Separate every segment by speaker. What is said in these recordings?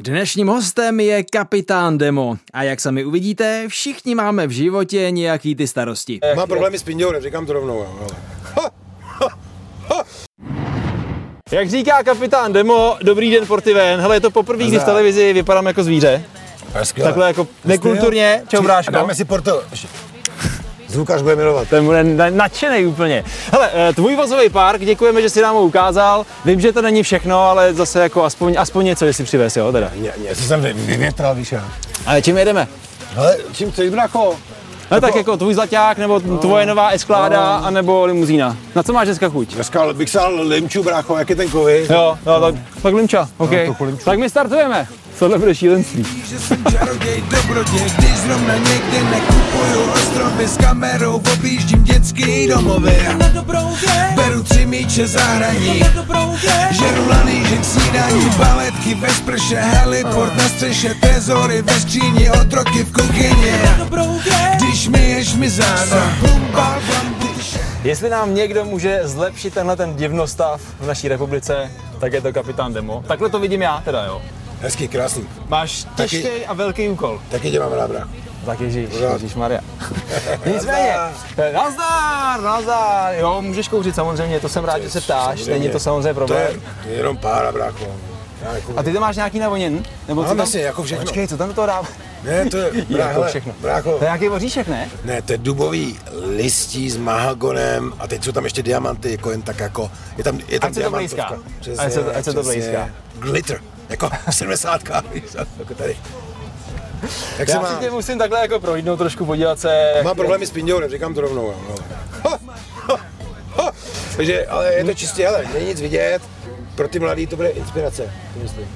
Speaker 1: Dnešním hostem je kapitán Demo a jak sami uvidíte, všichni máme v životě nějaký ty starosti.
Speaker 2: Eh,
Speaker 3: Mám problémy s pindourem, říkám to rovnou. jo, ale-
Speaker 2: Jak říká kapitán Demo, dobrý den Portiven. Hele, je to poprvé, kdy v televizi vypadám jako zvíře. Takhle jako nekulturně. Čau,
Speaker 3: Či-
Speaker 2: bráško.
Speaker 3: Dáme si porto. š- Zvukař bude milovat.
Speaker 2: Ten bude na- nadšený úplně. Hele, eh, tvůj vozový park, děkujeme, že si nám ho ukázal. Vím, že to není všechno, ale zase jako aspoň, aspoň něco, jestli přivez, jo, teda.
Speaker 3: Ně, něco jsem vy- vyvětral, víš já.
Speaker 2: Ale čím jedeme?
Speaker 3: Ale čím chceš, brácho?
Speaker 2: No tak jako tvůj zlaťák, nebo tvoje nová eskláda, anebo limuzína. Na co máš dneska chuť?
Speaker 3: Dneska bych sál limču, brácho, jak je ten kovy.
Speaker 2: Jo, no, tak, tak limča, OK.
Speaker 3: trochu limču.
Speaker 2: tak my startujeme. Tohle bude šílenství.
Speaker 4: že jsem čaroděj dobroděj, když zrovna někde nekupuju ostrovy s kamerou, objíždím dětský domovy. Beru tři míče za hraní, žeru lanížek snídaní, baletky ve sprše, heliport na střeše, tezory ve skříni, otroky v kuchyni. Když myješ mi záda, bum, bam, bam, když-
Speaker 2: Jestli nám někdo může zlepšit tenhle ten divnostav v naší republice, tak je to kapitán Demo. Takhle to vidím já teda, jo.
Speaker 3: Hezký, krásný.
Speaker 2: Máš těžký a velký úkol.
Speaker 3: Taky tě mám rád, brácho.
Speaker 2: Tak ježíš,
Speaker 3: Pořád.
Speaker 2: ježíš Maria. Nicméně, eh, nazdar, nazdar, jo, můžeš kouřit samozřejmě, to jsem rád, že se ptáš,
Speaker 3: samozřejmě.
Speaker 2: není to samozřejmě
Speaker 3: To je,
Speaker 2: problém.
Speaker 3: to je jenom pára, brácho. Já jako-
Speaker 2: A ty to máš nějaký navoněn? Nebo
Speaker 3: Mám
Speaker 2: co tam-
Speaker 3: asi jako všechno.
Speaker 2: Počkej, co tam do toho dám?
Speaker 3: Ne, to je, brá,
Speaker 2: Jako
Speaker 3: hele,
Speaker 2: všechno.
Speaker 3: brácho,
Speaker 2: To je nějaký oříšek, ne?
Speaker 3: ne, to je dubový listí s mahagonem a teď jsou tam ještě diamanty, jako jen tak jako, je tam, je tam
Speaker 2: Ať se to
Speaker 3: diamantovka.
Speaker 2: blízká. Ať se to- ať se to blízká.
Speaker 3: Glitter, jako 70, víš, jako tady. Jak se
Speaker 2: Já
Speaker 3: má?
Speaker 2: si tě musím takhle jako projídnout trošku, podívat se.
Speaker 3: Má problémy s pindourem, říkám to rovnou. jo, no. Ha, ha, ha. Takže, ale je to čistě, ale není nic vidět. Pro ty mladý to bude inspirace, to myslím.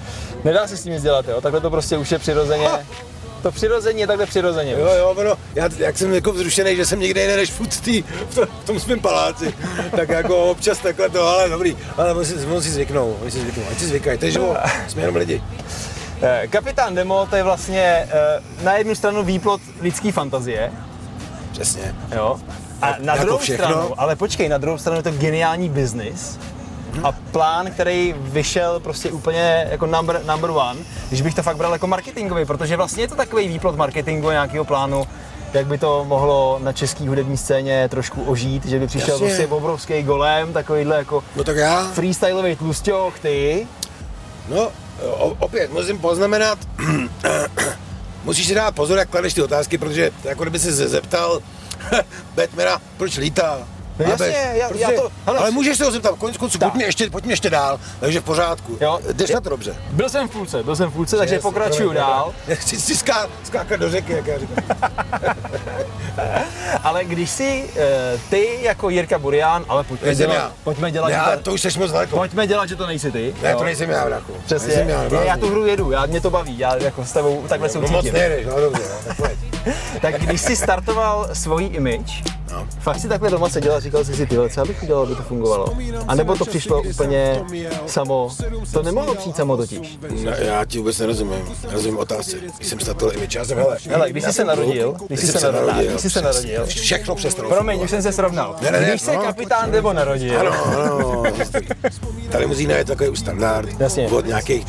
Speaker 2: Nedá se s tím nic dělat, jo, takhle to prostě už je přirozeně. To přirozeně je takhle přirozeně.
Speaker 3: Jo, jo, ono, já, jak jsem jako vzrušený, že jsem někde jinde než v, tý, v, to- v tom svém paláci, tak jako občas takhle to, ale dobrý, ale on si, on si zvyknou, oni si zvyknou, ať si zvykají, to je život, jsme jenom lidi.
Speaker 2: Eh, Kapitán Demo to je vlastně eh, na jednu stranu výplot lidské fantazie,
Speaker 3: Přesně.
Speaker 2: Jo. A na
Speaker 3: jako
Speaker 2: druhou
Speaker 3: všechno.
Speaker 2: stranu, ale počkej, na druhou stranu je to geniální biznis a plán, který vyšel prostě úplně jako number, number one, když bych to fakt bral jako marketingový, protože vlastně je to takový výplot marketingu nějakého plánu, jak by to mohlo na české hudební scéně trošku ožít, že by přišel
Speaker 3: Jasně.
Speaker 2: prostě obrovský golem, takovýhle jako
Speaker 3: No tak já,
Speaker 2: freestyleový tlustěch, ty.
Speaker 3: no o, opět musím poznamenat, musíš si dát pozor, jak kladeš ty otázky, protože jako kdyby se zeptal Batmana, proč lítá?
Speaker 2: No
Speaker 3: Chápeš?
Speaker 2: jasně, já- já to- hele,
Speaker 3: ale můžeš se ho zeptat, konec konců,
Speaker 2: Tak.
Speaker 3: pojďme ještě, pojďme ještě dál, takže v pořádku.
Speaker 2: Jo.
Speaker 3: Jdeš na to dobře.
Speaker 2: Byl jsem v půlce, byl jsem v půlce, takže
Speaker 3: Jasně,
Speaker 2: pokračuju
Speaker 3: promiň,
Speaker 2: dál.
Speaker 3: Já chci si ská, skákat do řeky, jak já říkám.
Speaker 2: Ale když si eh, ty jako Jirka Burian, ale pojďme
Speaker 3: Nejsem
Speaker 2: dělat,
Speaker 3: já.
Speaker 2: pojďme dělat, že
Speaker 3: Já,
Speaker 2: to-
Speaker 3: to už seš moc daleko.
Speaker 2: Pojďme dělat, že to nejsi ty.
Speaker 3: Ne,
Speaker 2: jo.
Speaker 3: to nejsem já, bráku.
Speaker 2: Přesně,
Speaker 3: Nejsem já,
Speaker 2: já, já
Speaker 3: blázni.
Speaker 2: tu hru jedu, já, mě to baví, já jako s tebou takhle
Speaker 3: No moc
Speaker 2: soucítím.
Speaker 3: nejdeš, no dobře, no, tak pojď.
Speaker 2: tak když jsi startoval svoji image,
Speaker 3: No.
Speaker 2: fakt si takhle doma seděl a říkal jsi si tyhle, co já bych udělal, aby to fungovalo. A nebo to přišlo úplně samo, to nemohlo přijít samo totiž.
Speaker 3: Ne, já ti vůbec nerozumím, nerozumím otázce. Když jsem startoval image, já jsem, hele,
Speaker 2: Hele, když jsi se narodil, když jsi se narodil, když jsi se
Speaker 3: přesně,
Speaker 2: narodil.
Speaker 3: Všechno přestalo.
Speaker 2: Promiň, už jsem se srovnal.
Speaker 3: Ne, ne, ne,
Speaker 2: Když se
Speaker 3: no,
Speaker 2: kapitán Debo narodil,
Speaker 3: Ano, ano, ta limuzína je takový už standard
Speaker 2: Jasně.
Speaker 3: od nějakých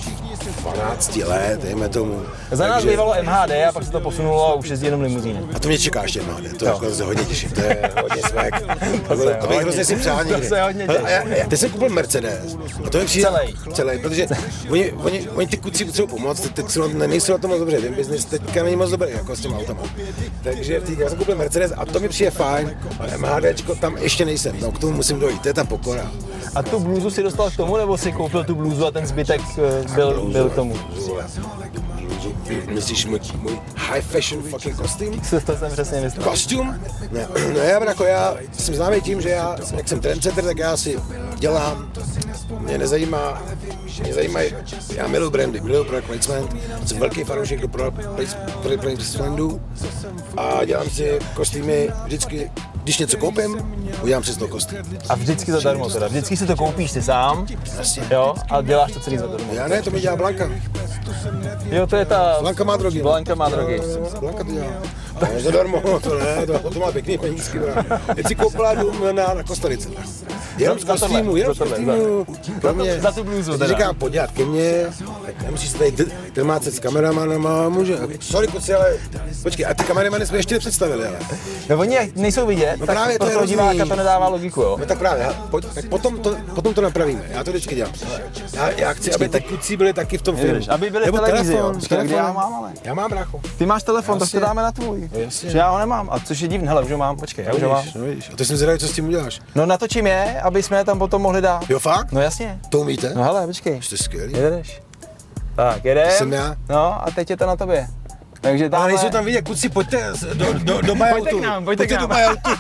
Speaker 3: 12 let, dejme tomu.
Speaker 2: za nás
Speaker 3: Takže-
Speaker 2: bývalo MHD a pak se to posunulo a už jezdí jenom limuzíny.
Speaker 3: A to mě čeká ještě mnohdy, to jako se hodně těším, to je hodně svek. to,
Speaker 2: se
Speaker 3: bude- to bych
Speaker 2: hodně-
Speaker 3: hrozně si přál
Speaker 2: to
Speaker 3: někdy.
Speaker 2: se hodně
Speaker 3: Hele, a já- já- Teď jsem koupil Mercedes a to je přijde
Speaker 2: Celej.
Speaker 3: celý protože oni, oni, oni ty kuci potřebují pomoct, teď, teď jsou, ne, nejsou na tom moc dobře, ten biznis teďka není moc dobrý jako s těma autama. Takže v té- já jsem koupil Mercedes a to mi přijde fajn, ale MHDčko tam ještě nejsem, no k tomu musím dojít, to je ta pokora.
Speaker 2: A tu bluzu si dostal k tomu, nebo si koupil tu bluzu a ten zbytek eh, byl, byl k tomu?
Speaker 3: Myslíš můj, můj high fashion fucking kostým?
Speaker 2: To jsem přesně myslel.
Speaker 3: Kostým? Ne, ne, já, jako já jsem známý tím, že já, jak jsem trendsetter, tak já si dělám, mě nezajímá, mě zajímají, já miluji brandy, miluji product placement, jsem velký fanoušek do product place- product placementu a dělám si kostýmy vždycky, když něco koupím, udělám si z toho kostým.
Speaker 2: A vždycky zadarmo teda. Vždycky si to koupíš ty sám, jo, a děláš to celý zadarmo.
Speaker 3: Já ne, to mi dělá Blanka.
Speaker 2: Jo, to je ta...
Speaker 3: Blanka má drogy. No,
Speaker 2: Blanka má drogy.
Speaker 3: Blanka to dělá. Ne, zadarmo, to ne, to, to má pěkný penízky. brá. Teď si koupila dům na, na Kostarice. tak. Jenom z
Speaker 2: Za- za tohle,
Speaker 3: kostýmu, jenom z
Speaker 2: za tohle,
Speaker 3: kostýmu. Pro
Speaker 2: Za tu bluzu
Speaker 3: Teď
Speaker 2: teda.
Speaker 3: říkám, pojď dělat ke mně, tak nemusíš se tady, d- filmáce s kameramanama a může. Sorry, kuci, ale počkej, a ty kameramany jsme ještě nepředstavili, ale.
Speaker 2: No oni jak nejsou vidět,
Speaker 3: No
Speaker 2: tak
Speaker 3: právě to
Speaker 2: pro
Speaker 3: je
Speaker 2: toho
Speaker 3: hrozný.
Speaker 2: diváka to nedává logiku, jo.
Speaker 3: No tak právě, já- pojď, tak potom to, potom to napravíme, já to vždycky dělám. Já, já chci, aby ty kluci byli taky v tom filmu.
Speaker 2: Ježiš, aby byli v
Speaker 3: Nebo
Speaker 2: televizi, jo.
Speaker 3: telefon,
Speaker 2: Počkej, a kde
Speaker 3: telefon.
Speaker 2: já mám, ale?
Speaker 3: Já mám, brácho.
Speaker 2: Ty máš telefon, tak to
Speaker 3: Jasně. No,
Speaker 2: dáme na tvůj.
Speaker 3: jasně.
Speaker 2: Že já ho nemám, a což je divné, hele, už ho mám, počkej, já už ho mám.
Speaker 3: Vidíš, no vidíš. A to jsem zvědavý, co s tím uděláš.
Speaker 2: No natočím je, aby jsme je tam potom mohli dát.
Speaker 3: Jo, fakt?
Speaker 2: No jasně.
Speaker 3: To umíte?
Speaker 2: No hele, počkej.
Speaker 3: Jste skvělý.
Speaker 2: Jedeš. Tak, jedem.
Speaker 3: Jsem já.
Speaker 2: No a teď je to na tobě. Takže
Speaker 3: Ale
Speaker 2: tamhle...
Speaker 3: nejsou tam vidět, kuci, pojďte z- do, do, do bajoutu.
Speaker 2: Pojďte k nám, pojďte k
Speaker 3: do
Speaker 2: nám.
Speaker 3: bajoutu.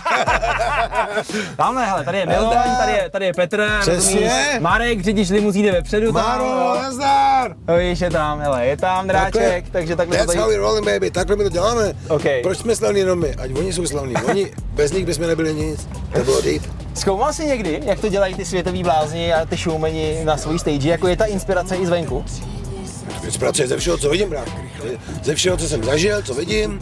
Speaker 5: Tamhle, hele, tady je Milan, tady je, tady je Petr,
Speaker 3: Přesně.
Speaker 5: rozumíš? Marek, řidič limuzíny vepředu, tam,
Speaker 3: Máro,
Speaker 5: jo.
Speaker 3: nazdar.
Speaker 2: No, víš, je tam, hele, je tam dráček,
Speaker 3: Takhle.
Speaker 2: takže takhle to
Speaker 3: That's
Speaker 2: tady...
Speaker 3: how we rolling, baby. Takhle my to děláme.
Speaker 2: OK.
Speaker 3: Proč jsme slavní jenom my? Ať oni jsou slavní. Oni, bez nich bychom nebyli nic. To bylo deep.
Speaker 2: Zkoumal jsi někdy, jak to dělají ty světoví blázni a ty showmeni na svojí stage, jako je ta inspirace i zvenku?
Speaker 3: Víc pracuje ze všeho, co vidím, brácho. Ze všeho, co jsem zažil, co vidím.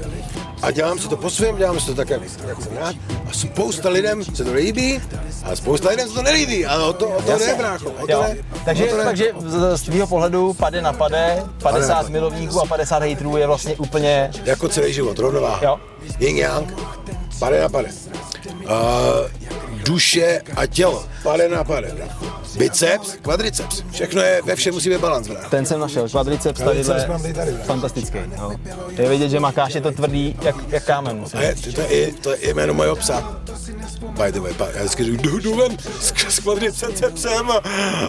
Speaker 3: A dělám si to po svém, dělám si to tak, jak, jak jsem rád. A spousta lidem se to líbí, a spousta lidem se to nelíbí. Ale o to, o to ne, brácho. O to
Speaker 2: Jo.
Speaker 3: ne.
Speaker 2: Takže,
Speaker 3: o to ne.
Speaker 2: takže z, z tvýho pohledu pade na pade, 50
Speaker 3: pade.
Speaker 2: milovníků a 50 hejtrů je vlastně úplně...
Speaker 3: Jako celý život, rovnováha.
Speaker 2: Jo.
Speaker 3: Yin yang, pade na pade. Uh, duše a tělo, pade na pade. Biceps, kvadriceps, všechno je, ve všem musí být balans. brá.
Speaker 2: Ten jsem našel, kvadriceps
Speaker 3: Kvadriceps
Speaker 2: tadyhle,
Speaker 3: mám tady, tady, bro.
Speaker 2: fantastický. No. Je vidět, že makáš je to tvrdý, jak, jak kámen. Musím.
Speaker 3: A je, to, je, to je jméno mojho psa. By the way, pa, já vždycky říkám, jdu, jdu ven s, s kvadricepsem psem a,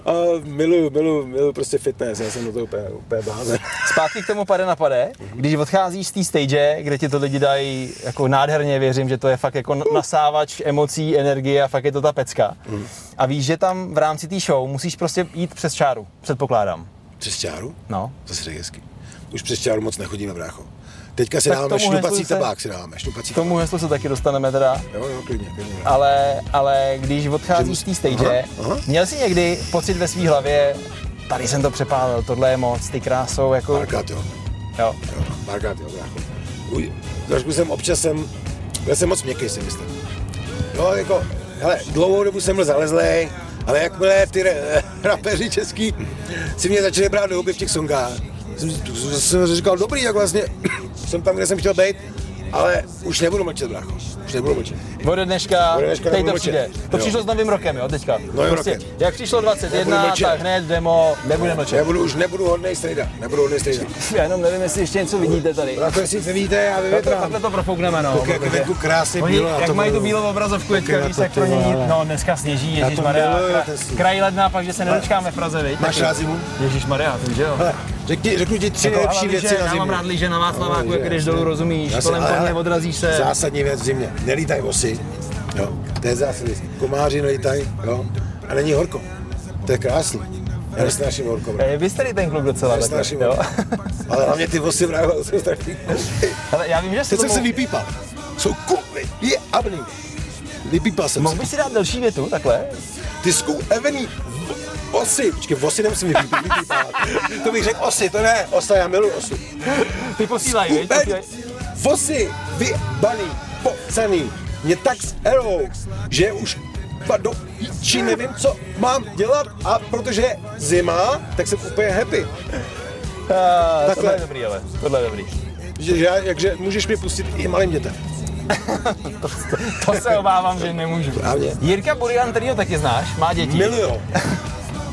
Speaker 3: a miluju, miluju, miluju prostě fitness, já jsem do toho úplně, úplně blázen.
Speaker 2: Zpátky k tomu pade na pade, když odcházíš z té stage, kde ti to lidi dají jako nádherně, věřím, že to je fakt jako nasávač emocí, energie a fakt je to ta pecka. A víš, že tam v rámci té show musíš prostě jít přes čáru, předpokládám.
Speaker 3: Přes čáru?
Speaker 2: No.
Speaker 3: To si řekl hezky. Už přes čáru moc nechodíme, brácho. Teďka si
Speaker 2: Tak
Speaker 3: dáme
Speaker 2: tomu heslu
Speaker 3: šňupací
Speaker 2: se-
Speaker 3: tabák, si dáme šňupací
Speaker 2: K tomu heslu se taky dostaneme teda,
Speaker 3: Jo, jo, klidně, klidně.
Speaker 2: ale, ale když odcházíš z té stage,
Speaker 3: Aha, aha.
Speaker 2: měl jsi někdy pocit ve své hlavě, tady jsem to přepálil, tohle je moc, ty krásou, jako,
Speaker 3: Markát, jo.
Speaker 2: jo.
Speaker 3: jo. Markát, jo, brácho. Uj, trošku jsem občas jsem, já jsem moc měkký, si myslím. Jo, jako, hele, dlouhou dobu jsem byl zalezlej, ale jakmile ty re- rapeři český si mě začali brát do huby v těch songách, jsem, jsem, jsem říkal, dobrý, jak vlastně jsem tam, kde jsem chtěl být, ale už nebudu mlčet, brácho. Už nebudu mlčet.
Speaker 2: Ode dneška,
Speaker 3: Ode dneška
Speaker 2: teď to
Speaker 3: nebudu
Speaker 2: přijde.
Speaker 3: mlčet.
Speaker 2: To
Speaker 3: Jo.
Speaker 2: přišlo s novým rokem, jo, teďka. Prostě,
Speaker 3: Novým rokem.
Speaker 2: jak přišlo
Speaker 3: Nebudu
Speaker 2: 21,
Speaker 3: mlčet.
Speaker 2: tak hned demo, nebudeme mlčet.
Speaker 3: Nebudu, už nebudu hodnej strejda. Nebudu hodnej strejda.
Speaker 2: Já jenom nevím, jestli ještě něco vidíte tady.
Speaker 3: Brácho, jestli to vidíte, já vyvětrám.
Speaker 5: Takhle to profoukneme, no.
Speaker 3: Jak
Speaker 5: protože-
Speaker 3: jako venku krásně
Speaker 5: Oni,
Speaker 3: bílo. a
Speaker 5: jak
Speaker 3: to
Speaker 5: mají tu
Speaker 3: miluju.
Speaker 5: bílou obrazovku, teďka,
Speaker 3: na
Speaker 5: víš,
Speaker 3: to,
Speaker 5: tak
Speaker 3: ty
Speaker 5: pro ní,
Speaker 3: vole.
Speaker 5: no dneska sněží, Ježíš Maria,
Speaker 3: miluju, to si-
Speaker 5: kraj ledná, pak, že se nedočkáme v Praze, viď?
Speaker 3: Máš rád zimu?
Speaker 5: Ježíš Maria, že jo. Jako,
Speaker 3: Hele, Řekni, řeknu ti tři nejlepší věci na
Speaker 5: já mám
Speaker 3: zimu.
Speaker 5: rád lyže na Václaváku,
Speaker 3: lyže,
Speaker 5: jak jdeš dolů, rozumíš,
Speaker 3: Já si-
Speaker 5: kolem
Speaker 3: ale-
Speaker 5: koně,
Speaker 3: ale-
Speaker 5: odrazíš se.
Speaker 3: Zásadní věc v zimě. Nelítaj osy. Jo, to je zásadní. Komáři nelítaj, jo. A není horko. To je krásný. Já nesnáším horko. bro.
Speaker 2: Eh, Vy jste tady ten klub docela takhle,
Speaker 3: Nesnáším
Speaker 2: jo.
Speaker 3: horko. Ale hlavně ty osy vrává, jsou strašný.
Speaker 2: Ale já vím, že jsi
Speaker 3: Teď jsem
Speaker 2: tomu...
Speaker 3: se vypípal. Jsou kupy. Je abný. Vypípal jsem
Speaker 2: Mohl
Speaker 3: se.
Speaker 2: bys si dát delší větu, takhle?
Speaker 3: Ty skou evený v- osy. Počkej, osy nemusím vypí- vypípat. to bych řekl osy, to ne. Osa, já miluji osu.
Speaker 2: Ty posílají, viď?
Speaker 3: Kupeň,
Speaker 2: Posílaj.
Speaker 3: vosy, vybaný, pocaný, mě tak s erou, že už pa do či nevím, co mám dělat a protože je zima, tak jsem úplně happy.
Speaker 2: Ah, Tohle
Speaker 3: Eh, Takhle.
Speaker 2: je dobrý, ale. Tohle je dobrý.
Speaker 3: Že, že já, jakže můžeš mi pustit i malým dětem.
Speaker 2: To se obávám, že nemůžu.
Speaker 3: Právě.
Speaker 2: Jirka Burian, který ho taky znáš, má děti.
Speaker 3: Miluju.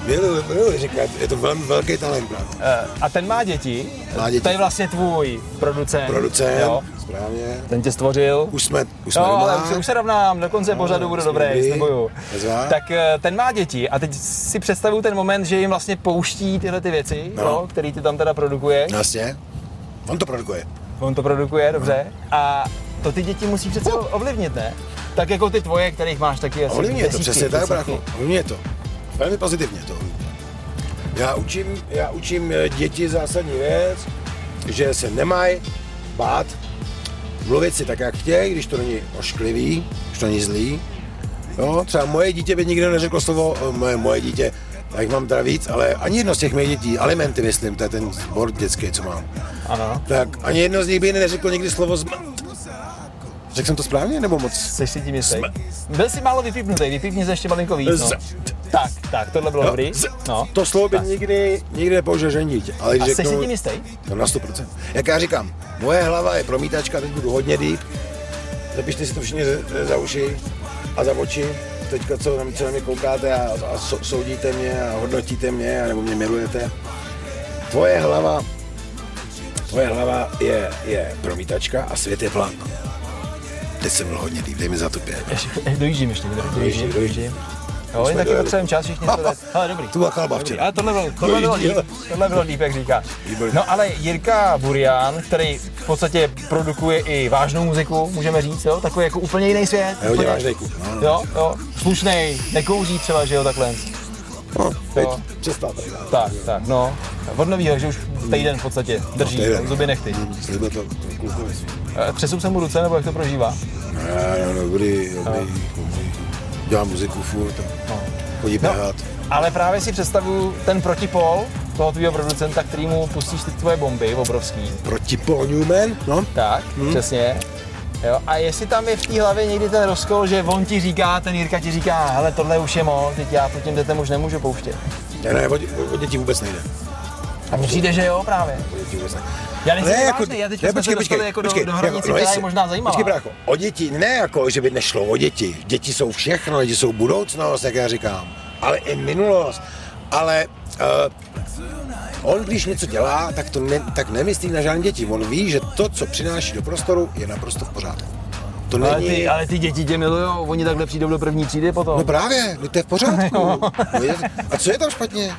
Speaker 3: Miluju, miluju, říká, je to velmi velký talent, právě.
Speaker 2: Eh, A ten má děti.
Speaker 3: Má děti.
Speaker 2: To je vlastně tvůj producent.
Speaker 3: Producent,
Speaker 2: Jo.
Speaker 3: správně.
Speaker 2: Ten tě stvořil.
Speaker 3: Už jsme, už jsme
Speaker 2: No,
Speaker 3: doma. No,
Speaker 2: ale už, se- už se rovnám, do konce pořadu bude
Speaker 3: jsme
Speaker 2: dobré,
Speaker 3: dobrý.
Speaker 2: slibuju.
Speaker 3: Bezvá.
Speaker 2: Tak eh, ten má děti a teď si představuju ten moment, že jim vlastně pouští tyhle ty věci, no.
Speaker 3: No.
Speaker 2: jo, který ty tam teda produkuje. No.
Speaker 3: Jasně. On to produkuje.
Speaker 2: On to produkuje, dobře. A to ty děti musí přece ovlivnit, ne? Tak jako ty tvoje, kterých máš taky asi
Speaker 3: Ovlivňuje to,
Speaker 2: desítky,
Speaker 3: přesně tak,
Speaker 2: desítky.
Speaker 3: brácho. Ovlivňuje to. Velmi pozitivně to ovlivňuje. Já učím, já učím eh, děti zásadní věc, že se nemají bát mluvit si tak, jak chtějí, když to není ošklivý, když to není zlý. Jo, třeba moje dítě by nikdo neřeklo slovo eh, moje, moje dítě, tak mám teda víc, ale ani jedno z těch mých dětí, alimenty myslím, to je ten sport dětský, co mám.
Speaker 2: Ano.
Speaker 3: Tak ani jedno z nich by neřeklo nikdy slovo zmrt. Řekl jsem to správně nebo moc?
Speaker 2: Jsi si tím jistý? Byl jsi málo vypípnutý, vypípni se ještě malinko víc, no.
Speaker 3: Z-
Speaker 2: Tak, tak, tohle bylo dobrý. No.
Speaker 3: To slovo by nikdy, nikdy nepoužil žádný dítě. Ale když
Speaker 2: A jsi si
Speaker 3: řeknu-
Speaker 2: tím jistý?
Speaker 3: No na 100%. Jak já říkám, moje hlava je promítačka, teď budu hodně deep. Zapište si to všichni za- za uši a za oči. Teďka, co na, co na mě koukáte a, a sou- soudíte mě a hodnotíte mě, nebo mě milujete. Tvoje hlava, tvoje hlava je, je promítačka a svět je plán. Teď jsem byl hodně deep, dej mi za tu pět.
Speaker 2: Eh, Dojíždím ještě, dojíždím, dojíždím.
Speaker 3: Dojíždím,
Speaker 2: dojíždím. Jo, jen taky
Speaker 3: dojeli.
Speaker 2: potřebujeme čas všichni. to dát. Hele, dobrý.
Speaker 3: To byla kalba
Speaker 2: Dobrý,
Speaker 3: včera.
Speaker 2: ale tohle bylo, tohle bylo líp, tohle bylo líp, jak říká.
Speaker 3: Výborně.
Speaker 2: No ale Jirka Burian, který v podstatě produkuje i vážnou muziku, můžeme říct, jo? takový jako úplně jiný svět.
Speaker 3: Je hodně
Speaker 2: úplně-
Speaker 3: vážnej kluk. No, no.
Speaker 2: Jo, jo, slušnej, nekouří třeba, že jo, takhle.
Speaker 3: no, teď
Speaker 2: Jo.
Speaker 3: přestal tady. dát.
Speaker 2: Tak, tak, no. Od novýho, že už týden v podstatě drží,
Speaker 3: No, týden.
Speaker 2: zuby nechty.
Speaker 3: Slibil to klukovi.
Speaker 2: Eh, Třesu se mu ruce, nebo jak to prožívá?
Speaker 3: Ne, dobrý, dobrý, dobrý. Dělám muziku furt a chodí
Speaker 2: No.
Speaker 3: běhat.
Speaker 2: Ale právě si představuju ten protipol toho tvýho producenta, který mu pustíš ty tvoje bomby obrovský.
Speaker 3: Proti Paul Newman, no?
Speaker 2: Tak, hmm. přesně. Jo, a jestli tam je v té hlavě někdy ten rozkol, že on ti říká, ten Jirka ti říká, hele, tohle už je moc, teď já po těm dětem už nemůžu pouštět.
Speaker 3: Ne, ne, o, dě- o děti vůbec nejde.
Speaker 2: A mně přijde, že jo, právě.
Speaker 3: O děti vůbec nejde.
Speaker 2: Já nechci ne,
Speaker 3: jako-
Speaker 2: vážný, já teď ne, počkej, počkej, jako počkej, do, do hranice, která je
Speaker 3: no, jestli-
Speaker 2: možná zajímavá.
Speaker 3: Počkej, brácho, o děti, ne jako, že by nešlo o děti. Děti jsou všechno, děti jsou budoucnost, jak já říkám. Ale i minulost. Ale eh, on, když něco dělá, tak to ne, tak nemyslí na žádné děti. On ví, že to, co přináší do prostoru, je naprosto v pořádku. To není...
Speaker 2: ale, ty, ale ty děti tě milujou, oni takhle přijdou do první třídy potom.
Speaker 3: No právě, no to je v pořádku. No je, a co je tam špatně?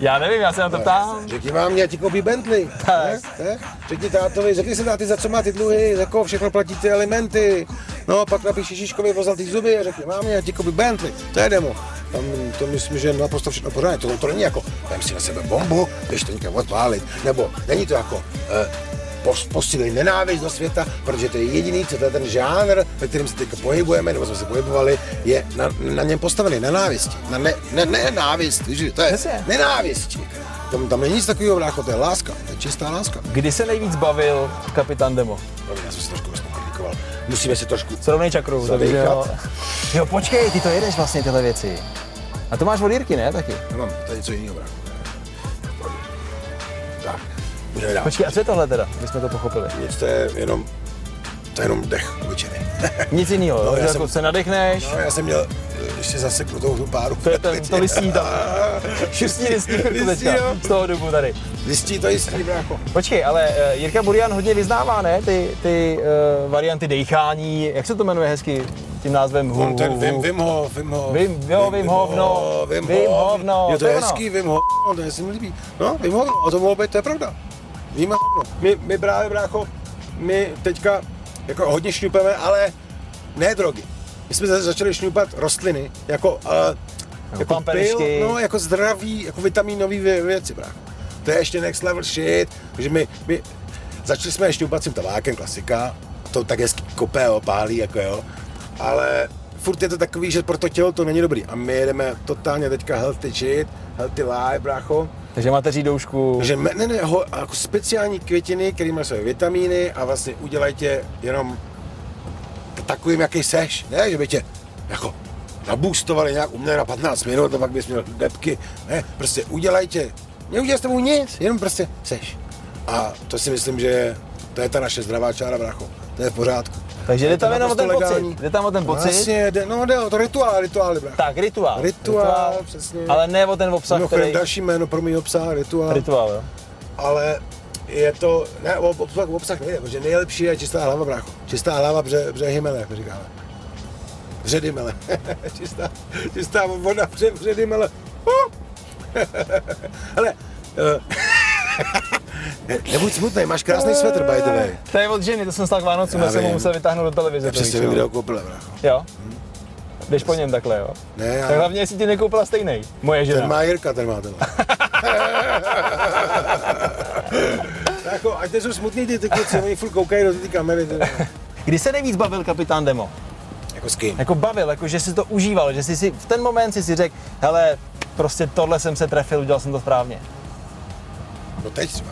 Speaker 2: já nevím, já se na to ptám.
Speaker 3: Řekni vám, já ti koupí Bentley.
Speaker 2: Tak.
Speaker 3: Ne? Ne? Řekni tátovi, řekni se táty, za co má ty dluhy, za koho všechno platí ty alimenty. No a pak napíš Ježíškovi o zlatý zuby a řekni, mám já ti koupí Bentley. To je demo. Tam to myslím, že je naprosto všechno pořádně. To, to není jako, vem si na sebe bombu, běž to někam odpálit. Nebo není to jako, eh, pos- posílili nenávist do světa, protože to je jediný, co to je ten žánr, ve kterém se teď pohybujeme, nebo jsme se pohybovali, je na, na něm postavený, na návisti. Na ne, ne, ne nenávist, víš, že to je
Speaker 2: Jasně.
Speaker 3: nenávisti. Tam, tam není nic takového, brácho, to je láska, to je čistá láska.
Speaker 2: Kdy se nejvíc bavil kapitán Demo?
Speaker 3: Promiň, já jsem se trošku rozpokritizoval. Musíme si trošku...
Speaker 2: Srovnej čakru, to víš, že jo.
Speaker 3: Zadýchat.
Speaker 2: Jo, počkej, ty to jedeš vlastně tyhle věci. A to máš od Jirky, ne, taky?
Speaker 3: Nemám, to je něco jiného, brácho. Tak, můžeme dál.
Speaker 2: Počkej, a co je tohle teda, my jsme to pochopili?
Speaker 3: Nic, to je jenom... To je jenom dech, obyčejný.
Speaker 2: Nic jiného,
Speaker 3: No,
Speaker 2: no,
Speaker 3: já
Speaker 2: jako
Speaker 3: jsem-
Speaker 2: se nadechneš,
Speaker 3: No, já jsem měl eh, ještě zaseknutou tu páru.
Speaker 2: to je ten, to listí tam. Šustí listí chvilku
Speaker 3: Listí,
Speaker 2: teďka,
Speaker 3: jo.
Speaker 2: z toho dobu tady.
Speaker 3: Listí to jistý, brácho.
Speaker 2: Počkej, ale eh, Jirka Burian hodně vyznává, ne, ty, ty uh, varianty dechání, jak se to jmenuje hezky tím názvem hu,
Speaker 3: On No, ten
Speaker 2: hu,
Speaker 3: Vim,
Speaker 2: hu.
Speaker 3: Vim Hof, Vim Hof.
Speaker 2: Vim- jo, Vim Hof, no.
Speaker 3: Vim
Speaker 2: Vim
Speaker 3: Hof.
Speaker 2: Hof, no,
Speaker 3: Jo, to
Speaker 2: to
Speaker 3: je
Speaker 2: je ono.
Speaker 3: hezký, Vim Hof, no, to je- se mi líbí. No, Vim Hof, no, to mohlo být, to je pravda. Víme, no. My, my právě, brácho, my teďka jako hodně šňupeme, ale ne drogy. My jsme za- začali šňupat rostliny, jako, uh, jako
Speaker 2: pamperečky.
Speaker 3: no, jako zdraví, jako vitamínové věci, brácho. To je ještě next level shit, takže my, my začali jsme šňupacím tabákem, klasika, to tak hezky kopé, jo, pálí, jako jo, ale furt je to takový, že pro to tělo to není dobrý. A my jedeme totálně teďka healthy shit, healthy life, brácho.
Speaker 2: Takže máte řídoušku.
Speaker 3: Takže me- ne, ne, ho, jako speciální květiny, které mají své vitamíny a vlastně udělají tě jenom t- takovým, jaký seš. Ne, že by tě jako nabůstovali nějak uměle na 15 minut a pak bys měl depky. Ne, prostě udělají tě, neudělají s tebou nic, jenom prostě seš. A to si myslím, že je- to je ta naše zdravá čára, brácho. To je v pořádku.
Speaker 2: Takže
Speaker 3: To
Speaker 2: jde
Speaker 3: je
Speaker 2: tam jenom o ten
Speaker 3: naprosto
Speaker 2: pocit.
Speaker 3: legální.
Speaker 2: Jde tam o ten pocit.
Speaker 3: Vlastně, jde, no jde o to rituál, rituály, brácho.
Speaker 2: Tak, rituál.
Speaker 3: Rituál, přesně.
Speaker 2: Ale ne o ten obsah,
Speaker 3: Mimochodem
Speaker 2: který...
Speaker 3: další jméno pro mýho psa, rituál.
Speaker 2: Rituál, jo.
Speaker 3: ale je to, ne, o obsah, o obsah nejde, protože nejlepší je čistá hlava, brácho. Čistá hlava bře, břehy mele, jak říkáme. Bředy mele. čistá, čistá voda bře, bředy mele. Uh! Hele, eh, nebuď smutný, máš krásný svetr, by the way.
Speaker 2: Eh, To je od ženy, to jsem stal k Vánocům,
Speaker 3: Já
Speaker 2: já jsem ho
Speaker 3: vím.
Speaker 2: musel vytáhnout do televize.
Speaker 3: Já
Speaker 2: to víš,
Speaker 3: přesně vím,
Speaker 2: no.
Speaker 3: kde ho koupil, brácho.
Speaker 2: Jo. Jdeš po něm takhle, jo.
Speaker 3: Ne, já,
Speaker 2: Tak hlavně, jestli ti nekoupila stejný. Moje žena.
Speaker 3: ten má Jirka, ten má tenhle. Jako, ať nejsou smutný ty, ty kluci, oni furt koukají do ty kamery. Ty. vole.
Speaker 2: Kdy se nejvíc bavil kapitán Demo?
Speaker 3: Jako s kým?
Speaker 2: Jako bavil, jako že si to užíval, že jsi si v ten moment si si řekl, hele, prostě tohle jsem se trefil, udělal jsem to správně.
Speaker 3: No teď třeba.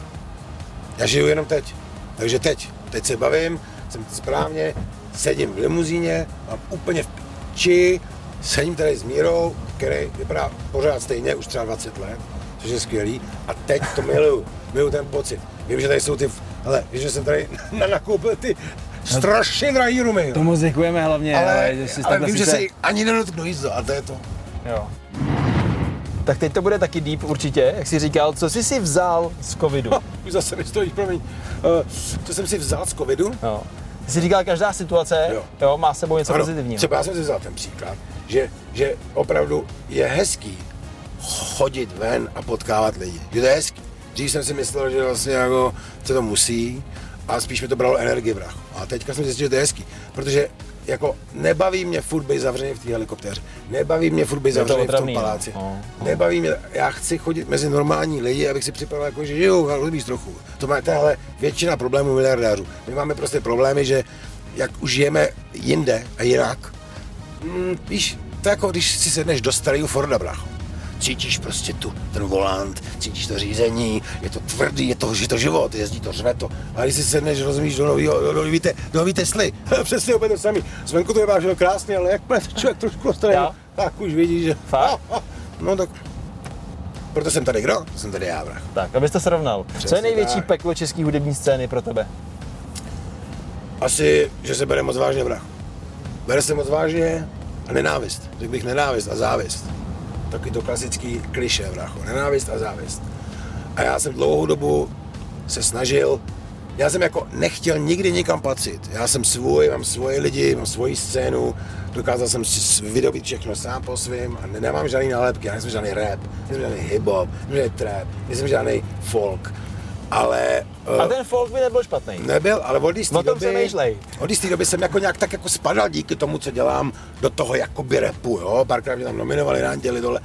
Speaker 3: Já žiju jenom teď. Takže teď. Teď se bavím, jsem správně, sedím v limuzíně, mám úplně v piči, sedím tady s Mírou, který vypadá pořád stejně, už třeba 20 let, což je skvělý. A teď to miluju, miluju ten pocit. Vím, že tady jsou ty, ale víš, že jsem tady na- nakoupil ty strašně drahý rumy. jo.
Speaker 1: To moc děkujeme hlavně, ale,
Speaker 3: ale,
Speaker 1: že jsi
Speaker 3: ale
Speaker 1: takhle
Speaker 3: vím, že
Speaker 1: sice-
Speaker 3: se jich ani nedotknu jízdo a to je to.
Speaker 2: Jo. Tak teď to bude taky deep určitě, jak jsi říkal, co jsi si vzal z covidu?
Speaker 3: Už zase mi stojí, promiň. Eh, Co jsem si vzal z covidu?
Speaker 2: Jo. No. Ty jsi říkal, každá situace
Speaker 3: Jo.
Speaker 2: jo. Jo, má s sebou něco
Speaker 3: Ano,
Speaker 2: pozitivního.
Speaker 3: Třeba já jsem si vzal ten příklad, že, že opravdu je hezký chodit ven a potkávat lidi. Že to je hezký. Dřív jsem si myslel, že vlastně jako se to musí a spíš mi to bralo energii vrach. A teďka jsem zjistil, že to je hezký, protože jako nebaví mě furt být zavřený v té helikoptéře, nebaví mě furt být zavřený v tom
Speaker 2: otravný, no.
Speaker 3: paláci,
Speaker 2: No,
Speaker 3: nebaví mě, já chci chodit mezi normální lidi, abych si připadal jako, že žiju, ale líbíš trochu. To má tahle většina problémů miliardářů. My máme prostě problémy, že jak už žijeme jinde a jinak, Mm, víš, to je jako když si sedneš do starého Forda, brácho. Cítíš prostě tu, ten volant, cítíš to řízení, je to tvrdý, je to, je to život, jezdí to, řve to. A když si sedneš, rozumíš, do novýho, do, do, nový te, do nový Tesly, přesně úplně to samý. Zvenku to vypadá všechno krásně, ale jakmile to člověk trošku ostraní,
Speaker 2: Jo.
Speaker 3: tak už vidíš, že...
Speaker 2: Fakt?
Speaker 3: No, no tak... Proto jsem tady kdo? Jsem tady já, brácho.
Speaker 2: Tak, abys to srovnal. co
Speaker 3: Přesně
Speaker 2: je největší
Speaker 3: tak.
Speaker 2: peklo české hudební scény pro tebe?
Speaker 3: Asi, že se bere moc vážně, brácho. Bere se moc vážně a nenávist. Řekl bych nenávist a závist. Taky to klasický kliše, brácho. Nenávist a závist. A já jsem dlouhou dobu se snažil, já jsem jako nechtěl nikdy nikam patřit. Já jsem svůj, mám svoje lidi, mám svoji scénu, dokázal jsem si s- vydobít všechno sám po svým a ne- nemám žádný nálepky, já nejsem žádný rap, nejsem žádný hip-hop, nejsem žádný trap, nejsem žádný folk. Ale... eh,
Speaker 2: A ten folk by nebyl špatný.
Speaker 3: Nebyl, ale od jistý
Speaker 2: O tom
Speaker 3: doby,
Speaker 2: přemýšlej.
Speaker 3: od jistý doby jsem jako nějak tak jako spadal díky tomu, co dělám do toho jakoby repu, jo, párkrát mě tam nominovali, randěli dole,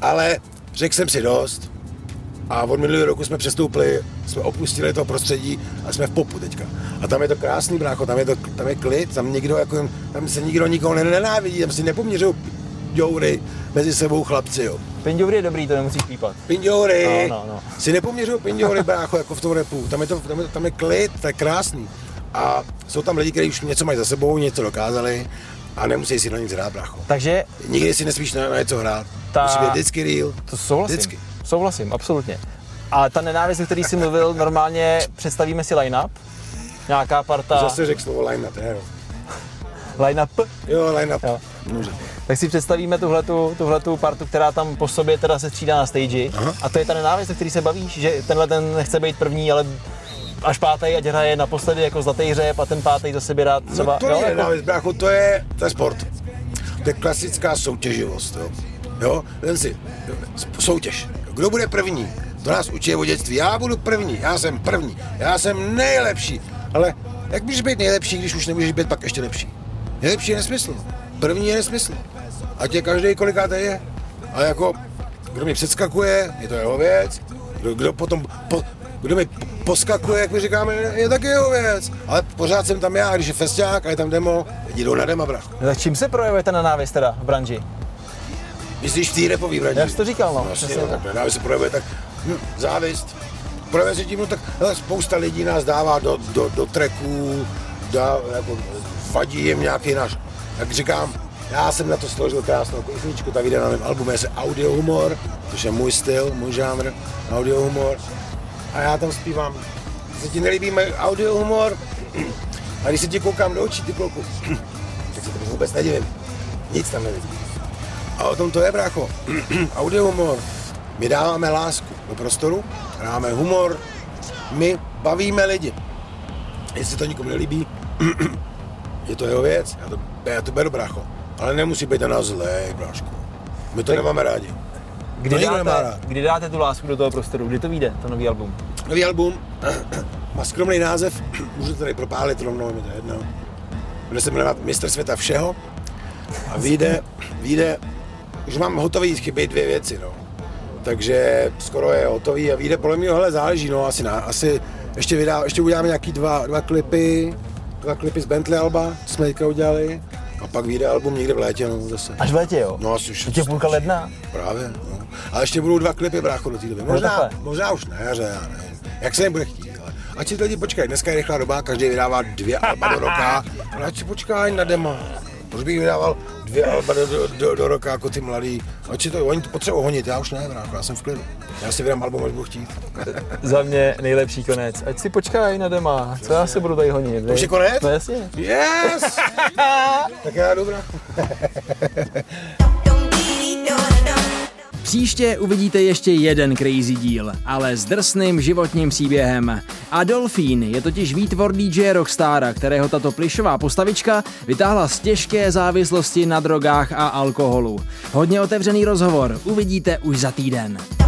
Speaker 3: ale řekl jsem si dost a od minulého roku jsme přestoupili, jsme opustili to prostředí a jsme v popu teďka. A tam je to krásný, brácho, tam je, to, tam je klid, tam, nikdo, jako, tam se nikdo nikoho nenávidí, tam si nepoměřují joury mezi sebou chlapci, jo.
Speaker 2: Pindouri je dobrý, to nemusíš pípat.
Speaker 3: Pindory.
Speaker 2: No, no, no.
Speaker 3: Si nepoměřují pindory, brácho, jako v tom repu. Tam je, to, tam, je, tam je klid, to je krásný. A jsou tam lidi, kteří už něco mají za sebou, něco dokázali a nemusí si na nic hrát, brácho.
Speaker 2: Takže
Speaker 3: Nikdy si nesmíš na, na něco hrát. Ta...
Speaker 2: Ta-
Speaker 3: Musí být vždycky real.
Speaker 2: to souhlasím.
Speaker 3: Vždycky.
Speaker 2: Souhlasím, absolutně. A ta nenávist, o který jsi mluvil, normálně představíme si line-up. Nějaká parta.
Speaker 3: Zase řekl slovo line up, jo.
Speaker 2: Line-up.
Speaker 3: Jo, line up.
Speaker 2: Jo.
Speaker 3: Dobře.
Speaker 2: Tak si představíme tuhletu, tuhletu partu, která tam po sobě teda se střídá na stage.
Speaker 3: Aha.
Speaker 2: A to je ta nenávist, o který se bavíš, že tenhle ten chce být první, ale až pátý, ať hraje naposledy jako zlatý řep a ten pátý do sebe dá třeba.
Speaker 3: No to není
Speaker 2: jako-
Speaker 3: nenávist, brácho, to je, to je sport. To je klasická soutěživost, jo. Jo, jen si, s- soutěž. Kdo bude první? To nás učí o dětství. Já budu první, já jsem první, já jsem nejlepší. Ale jak můžeš být nejlepší, když už nemůžeš být pak ještě lepší? Nejlepší je nesmysl. První je nesmysl. Ať je každý, koliká to je. Ale jako, kdo mi předskakuje, je to jeho věc. Kdo, kdo potom po, kdo mi p- poskakuje, jak my říkáme, je taky jeho věc. Ale pořád jsem tam já, když je festiák a je tam demo, lidi jdou na demo, brácho.
Speaker 2: No, tak čím se projevuje ta nenávist teda v branži?
Speaker 3: Myslíš v té repový radě?
Speaker 2: Já jsi to říkal, no.
Speaker 3: Vlastně,
Speaker 2: Přesně
Speaker 3: no,
Speaker 2: tak.
Speaker 3: tak nenávist se projevuje tak hm, závist. Projevuje se tím, no tak hele, spousta lidí nás dává do, do, do tracků, dá, jako, vadí jim nějaký náš, jak říkám, já jsem na to složil krásnou písničku, ta vyjde na mém albu, jmenuje se Audio Humor, což je můj styl, můj žánr, Audio Humor. A já tam zpívám, se ti nelíbí můj Audio Humor? A když se ti koukám do očí, ty kluku, tak se to vůbec nedivím. Nic tam nevidím. A o tom to je, brácho. Audio humor. My dáváme lásku do prostoru, dáváme humor, my bavíme lidi. Jestli to nikomu nelíbí, je to jeho věc, já to, já to beru, brácho. Ale nemusí být na nás zlej, brášku. My to nemáme rádi.
Speaker 2: Kdy,
Speaker 3: To nikdo nemá
Speaker 2: dáte,
Speaker 3: rád.
Speaker 2: kdy dáte tu lásku do toho prostoru? Kdy to vyjde, to nový album?
Speaker 3: Nový album má skromný název, můžu to tady propálit rovnou, je mi to jedno. Bude se jmenovat Mistr světa všeho a vyjde, vyjde, už mám hotový, chybí dvě věci, no. Takže skoro je hotový a vyjde podle mě, hele, záleží, no, asi, na, asi ještě, vydá, ještě uděláme nějaký dva, dva klipy, dva klipy z Bentley Alba, co jsme teďka udělali, a pak vyjde album někde v létě, no, zase.
Speaker 2: Až v létě, jo?
Speaker 3: No, asi už
Speaker 2: Teď je půlka ledna.
Speaker 3: Právě, no. A ještě budou dva klipy, brácho, do té doby. Možná,
Speaker 2: takhle.
Speaker 3: možná už na jaře, já nevím. Jak se jim bude chtít, ale. Ať si lidi počkají, dneska je rychlá doba, každý vydává dvě alba do roka, ale ať si počkají na demo. Proč bych vydával dvě alba do, do, do, do roka jako ty mladí. Oči to, oni to potřebují honit, já už ne, brácho, já jsem v klidu. Já si vydám album, až budu chtít.
Speaker 2: Za mě nejlepší konec. Ať si počkají na dema, co já se budu tady honit.
Speaker 3: Už je konec?
Speaker 2: No jasně.
Speaker 3: Yes! tak já jdu, brácho.
Speaker 1: Příště uvidíte ještě jeden crazy díl, ale s drsným životním příběhem. Adolfín je totiž výtvor DJ Rockstara, kterého tato plišová postavička vytáhla z těžké závislosti na drogách a alkoholu. Hodně otevřený rozhovor uvidíte už za týden.